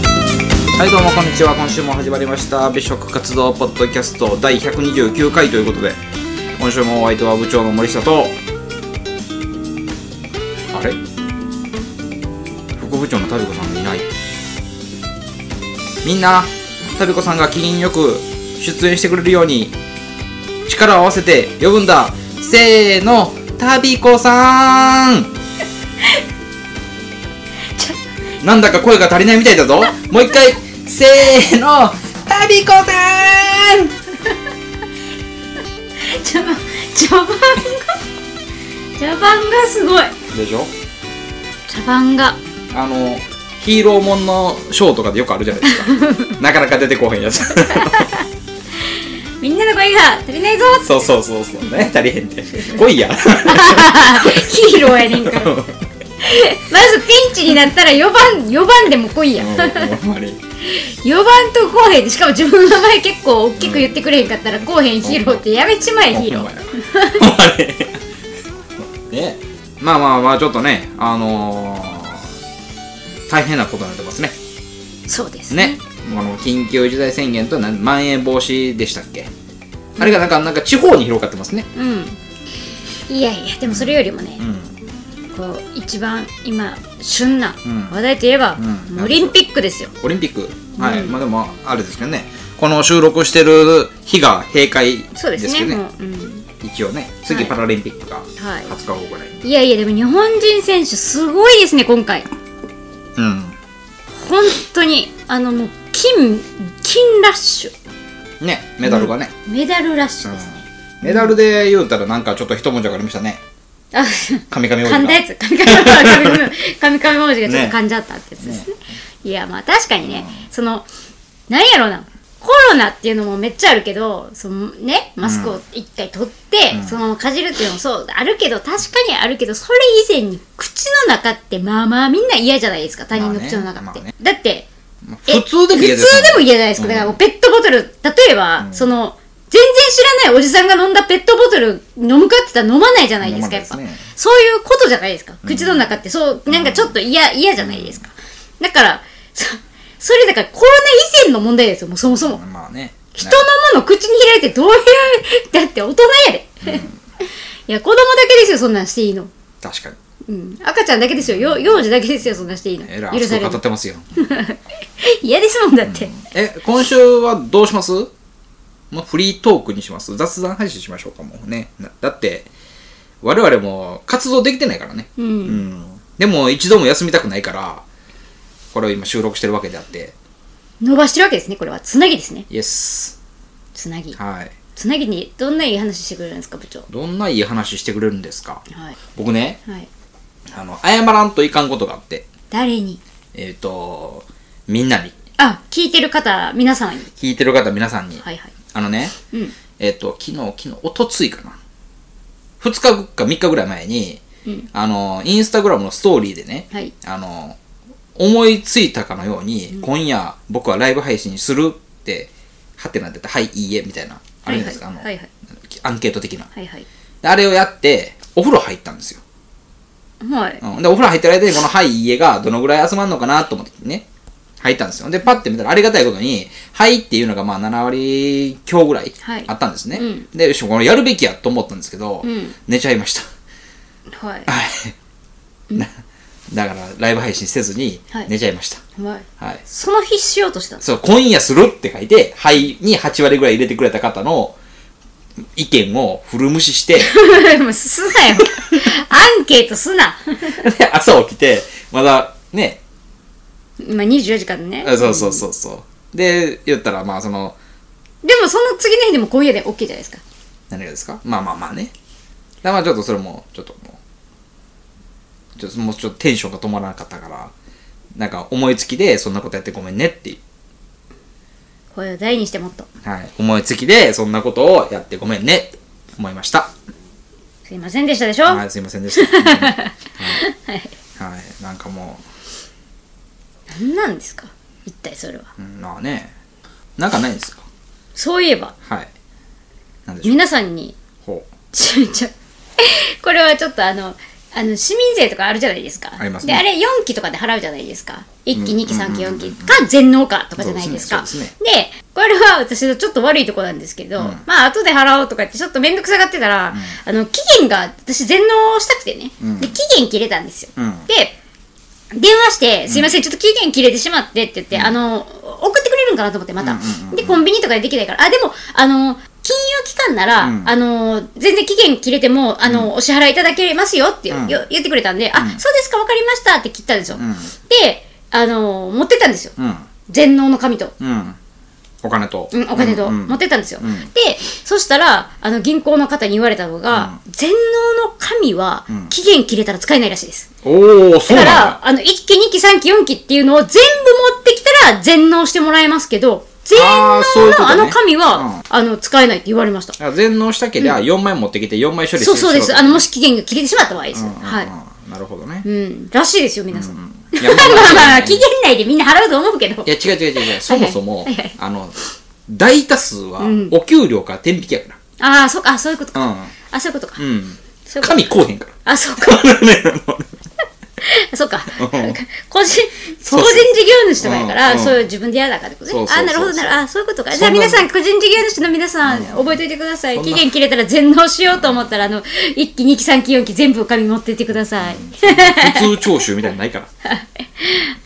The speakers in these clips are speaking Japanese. はいどうもこんにちは今週も始まりました美食活動ポッドキャスト第129回ということで今週もお相手は部長の森下とあれ副部長のタビコさんがいないみんなタビコさんが機嫌よく出演してくれるように力を合わせて呼ぶんだせーのタビコさーんなんだか声が足りないみたいだぞ。もう一回、せーの、タビコさん序盤序盤が序盤がすごいでしょ序盤があの、ヒーローもんのショーとかでよくあるじゃないです か。なかなか出てこへんやつ。 みんなの声が足りないぞそうそうそうそう。ね、足りへんって。来いや。ヒーローやねん からまずピンチになったら4番4番でも来 いや4ほんまに。番と来へんでしかも自分の名前結構大きく言ってくれへんかったら来へんヒーローってやめちまえヒーロほんまーやほんまに。ね。まあまあまあ、ちょっとね、あのー大変なことになってますね。そうですね、あの緊急事態宣言となんまん延防止でしたっけあれがなんかなんか地方に広がってますね。うんいやいやでもそれよりもね、うん、こう一番今旬なうん話題といえば、うんオリンピックですよオリンピック、はい、うんまあでもあれですけどね、この収録してる日が閉会そうでですすねけどね、もう、うん、一応ね、次はいパラリンピックがはい20日後ぐらい。いやいや、でも日本人選手すごいですね、今回。本当に、あの、もう、金、金ラッシュ。うん、ね、メダルがね、メダルラッシュですね。メダルで言うたらなんかちょっと一文字がありましたね。あ、神々王子が噛んだやつ。神々王子、神々王子がちょっと噛んじゃったってやつですね。いや、まあ確かにね、その、なんやろな。コロナっていうのもめっちゃあるけど、そのね、マスクを一回取って、そのままかじるっていうのもそう、あるけど、確かにあるけど、それ以前に口の中って、まあまあみんな嫌じゃないですか、他人の口の中って。まあねまあねだって、まあえ普通でも嫌です、普通でも嫌じゃないですか。うんだからもうペットボトル、例えば、その、全然知らないおじさんが飲んだペットボトル飲むかって言ったら飲まないじゃないですか、やっぱ飲まないですね。そういうことじゃないですか。口の中って、そう、なんかちょっと嫌、嫌じゃないですか。だから、そそれだからコロナ以前の問題ですよ、もうそもそも。まあね。人のもの口に開いてどういう、だって大人やで。 いや、子供だけですよ、そんなんしていいの。確かに。うん。赤ちゃんだけですよ、よ幼児だけですよ、そんなんしていいの。えら許熱さくれる語っ。てますよ。嫌ですもんだって。え、今週はどうしますもうフリートークにします雑談配信しましょうか、もうね。なだって、我々も活動できてないからね。うんんでも、一度も休みたくないから、これを今収録してるわけであって、伸ばしてるわけですね、これは。つなぎですね。イエス。つなぎ。はい。つなぎにどんないい話してくれるんですか、部長。どんないい話してくれるんですかはい。僕ね、はい。あの、謝らんといかんことがあって、誰にえっ、と、みんなに、あ、聞いてる方、皆様に。聞いてる方皆さんに、はいはい。あのね、うん。えっ、と、昨日、昨日、おとついかな。2日か3日ぐらい前に、うんあの、インスタグラムのストーリーでね、はいあの、思いついたかのように、今夜僕はライブ配信するって、はてなってた、はい、いいえ、みたいな、あるじゃないですか、はいはいはいあはのい、アンケート的な。はいはい。であれをやって、お風呂入ったんですよ。はい。うん、で、お風呂入ってる間にこの「はい、いいえ」がどのぐらい集まるのかなと思ってね、入ったんですよ。で、パッて見たらありがたいことに、はいっていうのがまあ7割強ぐらいはいあったんですね。うんで、よし、これやるべきやと思ったんですけど、うん寝ちゃい ましはいた。。はい。なだから、ライブ配信せずにはい寝ちゃいました。はい。はい。その日しよう としたんです。そう、今夜するって書いて、はいに8割ぐらい入れてくれた方の意見を古無視 して、もうすなよ。アンケートすな。で朝起きて、まだね、今24時間ね。あそうそうそうそう。で、言ったら、まあ、その、でもその次の日でも今夜で OK じゃないですか。何がですかまあまあまあね。だまあちょっとそれも、ちょっともう、ちょっともうちょっとテンションが止まらなかったから、なんか思いつきで、そんなことやってごめんねっていう。声を大にしてもっと。はい。思いつきで、そんなことをやってごめんねって思いました。すいませんでしたでしょはい、すいませんで した。本当にはい。はい。なんかも何なんですか一体それは。う、うんまあね、なんかないんですかそういえば、はい。なんでしょう。皆さんにほ ちょちょこれはちょっとあのあの市民税とかあるじゃないですかありますねであれ4期とかで払うじゃないですか1期うん2期3期うん4期か全農家とかじゃないですかそうですねでこれは私のちょっと悪いとこなんですけど、まあ後で払おうとかってちょっと面倒くさがってたら、あの期限が私全納したくてね、んで期限切れたんですよ、うんで電話して、すいません、ちょっと期限切れてしまってって言って、あの、送ってくれるんかなと思って、また。うんうんうんうんで、コンビニとかでできないから。あ、でも、あの、金融機関なら、うんあの、全然期限切れても、あの、お支払いいただけますよってよ、うん言ってくれたんで、あ、そうですか、わかりましたって切ったんですよ。んで、あの、持ってったんですよ。うん全能の紙と。うんお金と、うん、お金とうんうん持ってったんですよ。うんで、そしたら、あの、銀行の方に言われたのが、全能の紙はん、期限切れたら使えないらしいです。おおそうなだかんらだ、あの、1期、2期、3期、4期っていうのを全部持ってきたら全納してもらえますけど、全あーそういう納ことのねあの紙うんは、あの、使えないって言われました。だから全納したけりゃ4枚持ってきて4枚処理すそるうそうです。必要あがの、もし期限が切れてしまった場合です。うんうんうんはい。なるほどねう、ん、らしいですよ、皆さん。う まんいやまあまあ、あ期限内でみんな払うと思うけどい。や違う違う違う違うそもそも、はいはいあの大多数はお給料から天引きやかああ、そうか、あそういうことらか。あ、そういうことかう。ん、うん、そういうこと神こうへんから あ、そうか。そうか。個人、そうそう個人事業主とかやかうら、んうんそういう自分で嫌だからってことそねう。そうそうあ、なるほど、なるほど。あ、そういうことか。そんじなゃあ皆さん、個人事業主の皆さん、覚えておいてください。期限切れたら全納しようと思ったら、あの、1期、2期、3期、4期、全部紙持ってってください。普通徴収みたいなのないから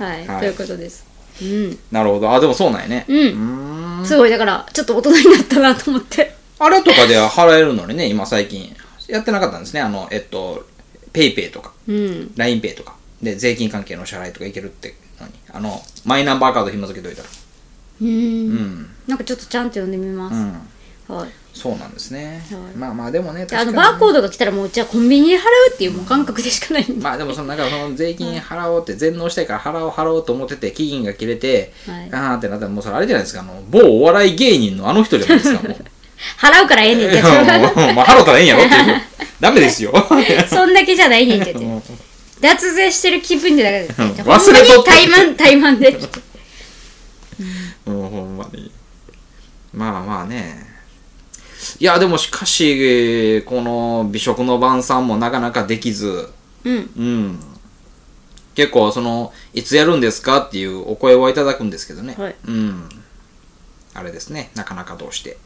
はい。はいということです。うん。なるほどあでもそうなんやね、うん。すごい、だから、ちょっと大人になったなと思って。あれとかでは払えるのにね今最近やってなかったんですねあのえっとペイペイとかうん。 l i n e イとかで税金関係の支払いとかいけるってのにあのマイナンバーカード紐付けといたらう。うんんなんかちょっとちゃんと読んでみまうす。んはい。そうなんですね、はいまあまあでもねで確あかの、にバーコードが来たら、もううちはコンビニで払うっていうもう感覚でしかないんで。まあでもそのなんかその税金払おうって全納したいから払おう払おうと思ってて期限が切れて、はいあーってなったらもうそれあれじゃないですかあの某お笑い芸人のあの人じゃないです かもう払うからええねんっいてややつ。もうまあ払ったらええんやろっていう ダメですよ そんだけじゃないねんって言って。脱税してる気分じゃなくて。うんほんまに忘れとった怠慢、怠 慢で。もうほんまにまあまあねいやでもしかしこの美食の晩餐もなかなかできずうん。うん結構そのいつやるんですかっていうお声はいただくんですけどね、はいうんあれですねなかなかどうして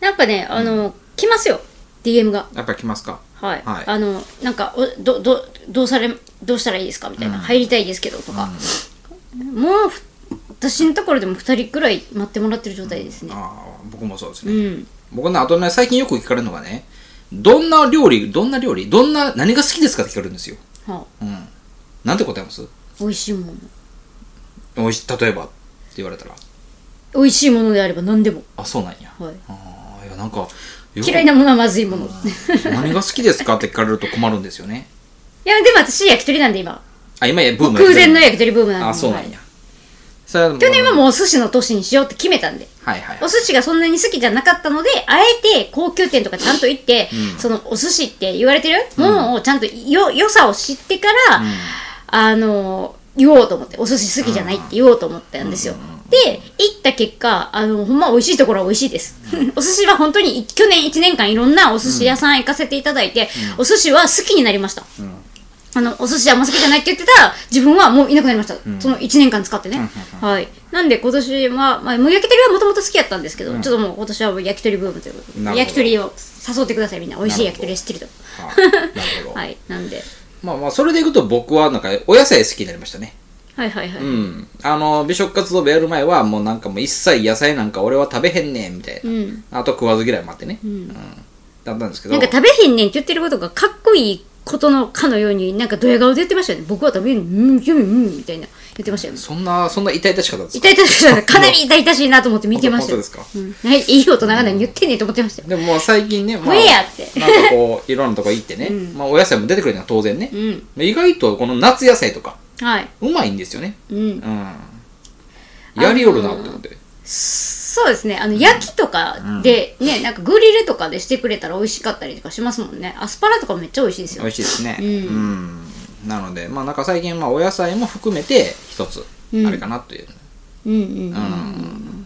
なんかね、あの、来ますよ。DM が。やっぱり来ますかはい。はいあの、なんか、おど、ど、どうされ、どうしたらいいですかみたいな。入りたいですけど、とか。もう、ふ私のところでも2人くらい待ってもらってる状態ですね。ああ僕もそうですうね、ん。僕ねあとね最近よく聞かれるのがねどんな料理どんな料理どんな何が好きですかって聞かれるんですよはうんなんて答えますあ、美味しいもの。おいし例えばって言われたら美味しいものであれば何でも。あそうなんやはい。あーいやなんかよ嫌いなものはまずいもの。い何が好きですかって聞かれると困るんですよねや、でも私、焼き鳥なんで今。あ今ブーム空前の焼き鳥ブームなんで。あそうなはんいやそれはもう去年はもうお寿司の年にしようって決めたんで。はいはいお寿司がそんなに好きじゃなかったので、あえて高級店とかちゃんと行って、そのお寿司って言われてるものをちゃんとよ、良さを知ってから、あの、言おうと思って、お寿司好きじゃないって言おうと思ったんですよ。で、行った結果、あの、ほんま美味しいところは美味しいです。 お寿司は本当にい去年1年間いろんなお寿司屋さん行かせていただいて、お寿司は好きになりました。あの、お寿司あんま好きじゃないって言ってた自分はもういなくなりました。その1年間使ってね。はい。なんで今年は、まあ、もう焼き鳥はもともと好きやったんですけど、ちょっともう今年はもう焼き鳥ブームということでなるほど焼き鳥を誘ってくださいみんな。美味しい焼き鳥は知ってると。あなるほど、 はい。なんで。まあまあそれでいくと僕はなんかお野菜好きになりましたねはいはいはい。うん、あの美食活動部やる前はもうなんかもう一切野菜なんか俺は食べへんねんみたいな、うんあと食わず嫌いもあってね、うんだったんですけなどんか食べへんねんって言ってることがかっこいいことのかのように、なんかドヤ顔で言ってましたよね。僕は食べへんねん、うん、うん、うん、みたいな。言ってましたよね。そんなそんな痛々しかったですか痛々しい、かなり痛々しいなと思って見てましたよ。本当本うんはい、いい大人が何言ってんねんと思ってましたよ。でももう最近ね、まもうええやってなんかこういろんなとこ行ってね、まあ、お野菜も出てくるのは当然ね、ん意外とこの夏野菜とかはい。うまいんですよねうん。うんやりよるなって思って、そうですね。あの、焼きとかで、ね、なんかグリルとかでしてくれたら美味しかったりとかしますもんね。アスパラとかめっちゃ美味しいですよ美。味しいですねうんうんなのでまあなんか最近まあお野菜も含めて一つあれかなという、うんうん。うん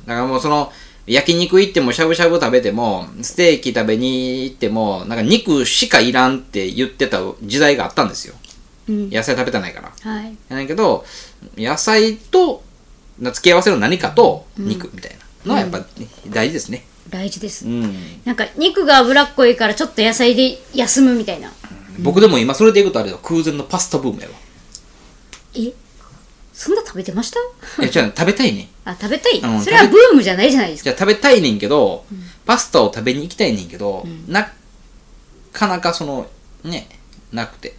だからもうその焼肉行ってもしゃぶしゃぶ食べてもステーキ食べに行ってもなんか肉しかいらんって言ってた時代があったんですようん野菜食べたないからはいやねんけど野菜とな付き合わせの何かと肉みたいなのはやっぱ、大事ですね大事です、うんなんか肉が脂っこいからちょっと野菜で休むみたいな僕でも今それでいくとあれだ空前のパスタブームや わえそんな食べてましたいや違う食べたいねんあ食べたい、うんそれはブームじゃないじゃないですじかゃあ食べたいねんけど、パスタを食べに行きたいねんけど、なかなかそのねなくて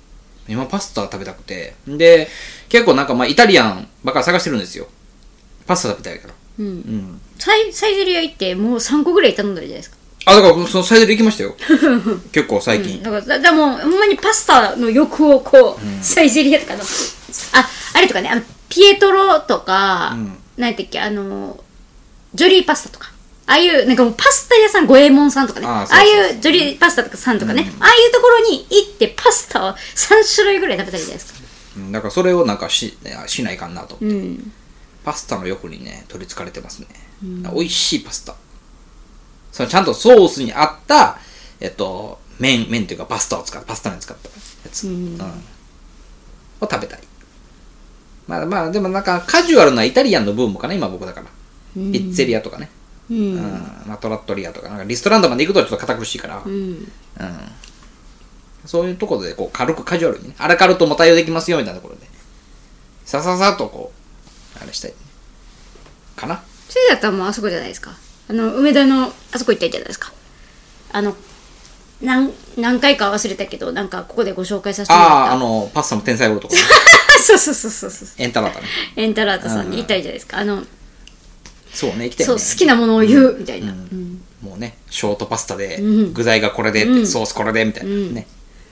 今パスタ食べたくてで結構なんかまあイタリアンばっかり探してるんですよパスタ食べたいからうんうんサイサイゼリヤ行ってもう3個ぐらい頼んだじゃないですか、あだからそのサイゼリヤ行きま したよ結構最近、だからだだもうほんまにパスタの欲をこう、サイゼリヤとかのああれとかねあのピエトロとか、うんなんてっけあのジョリーパスタとかああいうなんかもうパスタ屋さん五右衛門さんとかねあああそうそあうそういうジョリーパスタとかさんとかね、ああいうところに行ってパスタを3種類ぐらい食べたりじゃないですかうんだからそれをなんかししないかんなと、うんパスタの欲にね取りつかれてますね、美味しいパスタそのちゃんとソースに合ったえっと麺麺というかパスタを使ったパスタに使ったやつ、うんを食べたいまあまあでもなんかカジュアルなイタリアンのブームかな今僕だから、ピッツェリアとかね、ううんんまあ、トラットリアとかなんかリストランドまで行くとちょっと堅苦しいから、うんそういうところでこう軽くカジュアルにねアラカルトも対応できますよみたいなところでさささっとこうあれしたいかなそれだったらもうあそこじゃないですかあの梅田のあそこ行ったじゃないですかあの何何回か忘れたけどなんかここでご紹介させてもらったああー、あの、パスタの天才ゴールと かね、あ そうそうそうそうそうエンタラータね。エンタラータさんに行ったじゃないですかあのそうね、生きてそうるね。好きなものを言うみたいな、もうね、ショートパスタで、具材がこれでって、ソースこれで、みたいなね。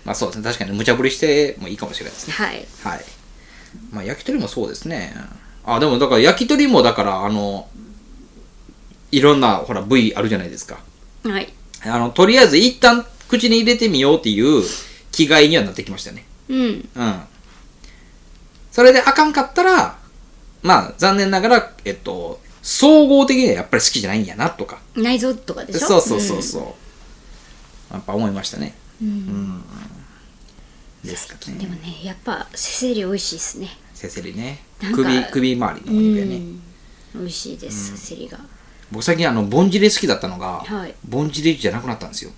まあそうですね、確かに無茶ぶりしてもいいかもしれないですね。はいはい。まあ焼き鳥もそうですね。あ、でもだから焼き鳥もだから、あの、いろんな、ほら、部位あるじゃないですか。はいあの、とりあえず一旦口に入れてみようっていう気概にはなってきましたね。うんうん。それであかんかったら、まあ、残念ながら、えっと、総合的にはやっぱり好きじゃないんやなとか。内臓とかでしょそうそうそうそう。やっぱ思いましたね。うん。ですかうんでね。もねやっぱせせり美味しいですねせせりね。なんか首、首周りのお肉やね。美味しいです、せせりが僕最近あの、ぼんじり好きだったのが、はいぼんじりじゃなくなったんですよ。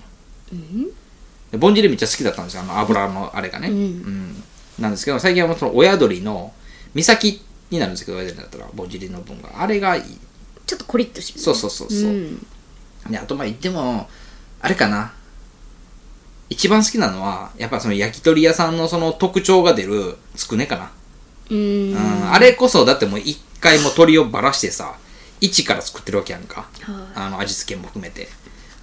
でぼんじりめっちゃ好きだったんですよ。あの、油のあれがね。うん。なんですけど、最近はもうその親鳥の、岬になるんですけど、親鳥だったら、ぼんじりの分が。あれがいい。ちょっとコリッとしてるそうそうそうそう。んであとまあ言ってもあれかな一番好きなのはやっぱその焼き鳥屋さんのその特徴が出るつくねかな、うんうんはあれこそだってもう一回も鳥をばらしてさ一から作ってるわけやんかいあの味付けも含めて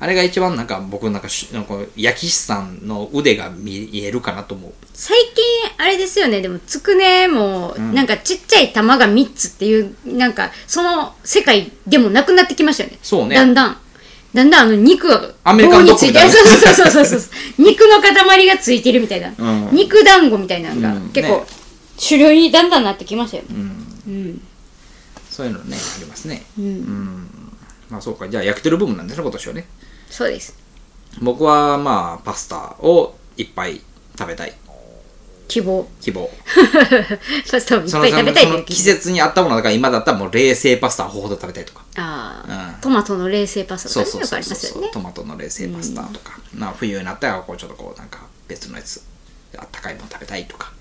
あれが一番なんか僕なんかしなんか焼き師さんの腕が見えるかなと思う最近あれですよねでもつくねもなんかちっちゃい玉が3つっていうなんかその世界でもなくなってきましたよねそうねだんだんだんだんあの肉がアメリカンドッグ棒についてみたいなそうそうそうそうそうそう 肉の塊がついてるみたいな、うん肉団子みたいなのがうん結ね構主流にだんだんなってきましたよねうんそういうのねありますねうん、まあそうかじゃあ焼き鳥ブームなんですね今年はねそうです僕はまあパスタをいっぱい食べたい希望希望パスタをいっそぱのい食べたいそといのう季希望節に合ったものだから今だったらもう冷製パスタほど食べたいとかああ、うんトマトの冷製パスそタうとかそねうよくそあうりますそよう、ねトマトの冷製パスタとか、まあ冬になったらこうちょっとこうなんか別のやつあったかいもの食べたいとか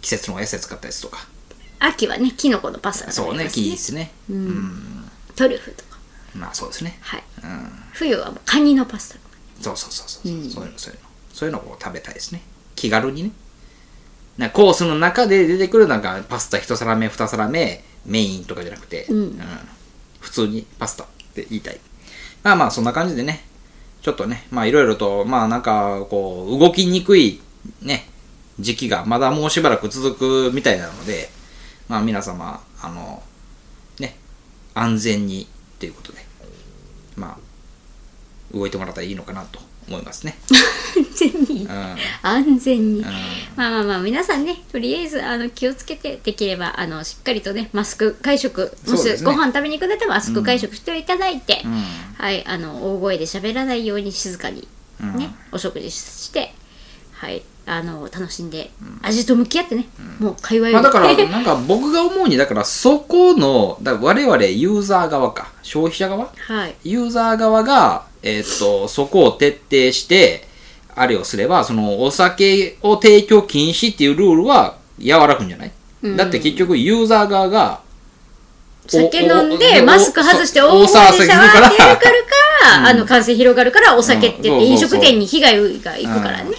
季節のお野菜使ったやつとか秋はねキノコのパスタがそ食うべねれますいいですね、トリュフとかまあそうですねはいうん冬はもうカニのパスタそうそうそうそう、そういうのそういうのそういうのをこう食べたいですね気軽にねなんかコースの中で出てくるなんかパスタ一皿目二皿目メインとかじゃなくて、うん普通にパスタって言いたいまあまあそんな感じでねちょっとねまあいろいろとまあなんかこう動きにくいね時期がまだもうしばらく続くみたいなのでまあ皆様あのね安全にということでま あ動いてもらったらいいのかなと思いますね安全に、うん安全に、ままあまあまあ皆さんねとりあえずあの気をつけてできればあのしっかりとねマスク会食もそうでしすねご飯食べに行くんだったらマスク会食していただいて、んはいあの大声で喋らないように静かにうんね、お食事してはいあの楽しんで、味と向き合ってね、もう会話よまありだから、なんか僕が思うに、だからそこの、だから我々ユーザー側か、消費者側 はいユーザー側が、えーっと、そこを徹底して、あれをすれば、そのお酒を提供禁止っていうルールは和らぐんじゃない、うんだって結局ユーザー側が、酒飲んおでおマスク外してお大お声でシャワーってやるか大騒らぎするから、あの感染広がるからお酒って言ってうん飲そうそうそう食店に被害がいくからね、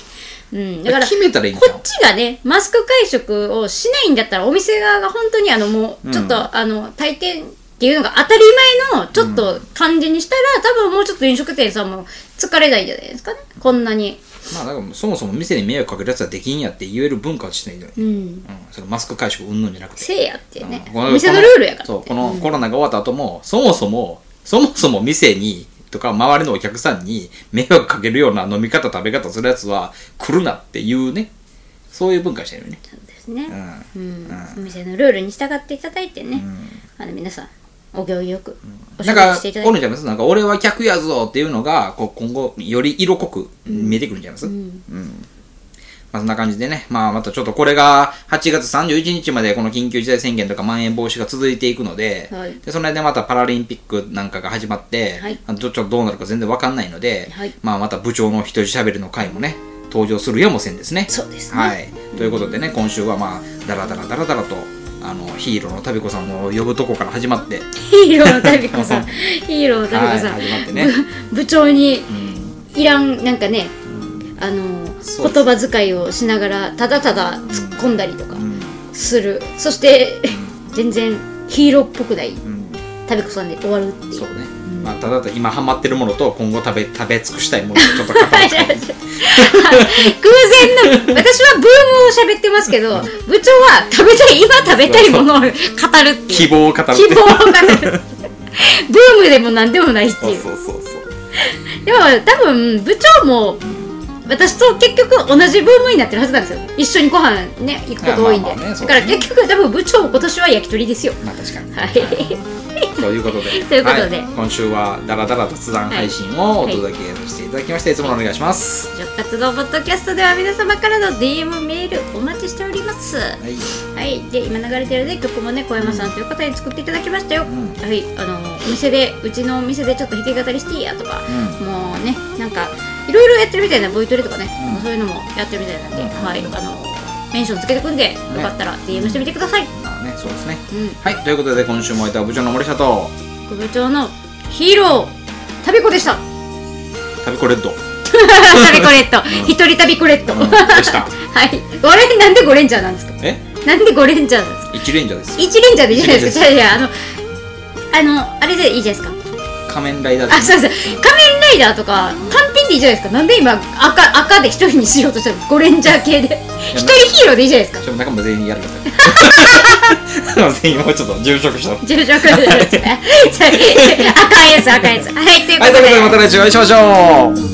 うん、だから決めたらいいんじゃこんっ。ちがね、マスク会食をしないんだったら、お店側が本当にあの、もう、ちょっと、あの、大抵っていうのが当たり前の、ちょっと感じにしたら、多分もうちょっと飲食店さんも疲れないんじゃないですかね。こんなに。まあだからそもそも店に迷惑かけるやつはできんやって言える文化をしてないのに、ううんん。そのマスク会食うんぬんじゃなくて。せいやっていうね。うんこのお店のルールやから。そうこのコロナが終わった後も、そもそもそもそも店にとか周りのお客さんに迷惑かけるような飲み方食べ方するやつは来るなっていうねそういう文化してるよねそうですね。ううん。お店のルールに従っていただいてね。あの、皆さん、お行儀よく、おなん食事かしていただおるいんて。ちゃいますなんか俺は客やぞっていうのがこう今後より色濃く見えてくるんちゃいます、うんまあ、そんな感じでね、まあ、またちょっとこれが8月31日までこの緊急事態宣言とかまん延防止が続いていくので、はいでその間またパラリンピックなんかが始まって、はいあのちょっとどうなるか全然わかんないので、はいまあ、また部長の一人喋りの回もね、登場するやもせんですね。そうですねはい。ということでね、今週はまあ、だらだらだらだらと、あの、ヒーローの旅子さんを呼ぶとこから始まって、ヒーローのたびこ さん。ヒーローのたびこさんはい、。始まってね。部部長にうんいらんなんかねあのそう言葉遣いをしながらただただ突っ込んだりとかうんする、そして、全然ヒーローっぽくないうん食べこさんで終わるっていうそうね、まあ、ただただ今ハマってるものと今後食べ食べ尽くしたいものをちょっと語 って偶然の私はブームを喋ってますけど部長は食べたい今食べたいものを語るって い希う望を語って 希望を語るブームでも何でもないってそういうそうそうそうでも多分部長も私と結局同じブームになってるはずなんですよ一緒にご飯ね行くこと多いんで、あまあまあねそだうかだねら結局多分部長も今年は焼き鳥ですよまあ確かに、はい ということでということではい今週はダラダラ雑談配信をお届けさせていただきまして、い、つものお願いします、 「食活動ポッドキャスト」では皆様からの DM メールお待ちしておりますははい、いで今流れてるね曲もね小山さんという方に作っていただきましたよ、んはいあのお店でうちのお店でちょっと弾き語りしていいやとか、うもうねなんかいろいろやってるみたいなボイトレとかね、うんそういうのもやってるみたいなんで、うんはいあのメンションつけてくんで、よかったら DM してみてください、まあねそうですねうんはいということで今週もいた部長の森下と副部長のヒーロー旅子でした 旅コレッド、うん、旅コレット一人旅コレット、で はした いこれなんでゴレンジャーなんですかえなんでゴレンジャーなんですか一レンジャーです一レンジャーでいいじゃないですか一いやいやあのあのあれでいいじゃないですか仮面ライダーであすそうそう仮面ライダーとか単品でいいじゃないですかなんで今赤赤で一人にしようとしたのゴレンジャー系で一人ヒーローでいいじゃないですか ちょっと仲間全員やるから 全員もうちょっと殉職した重症 赤いやつ赤いやつはいというこはいとということででまた来週お会いしましょう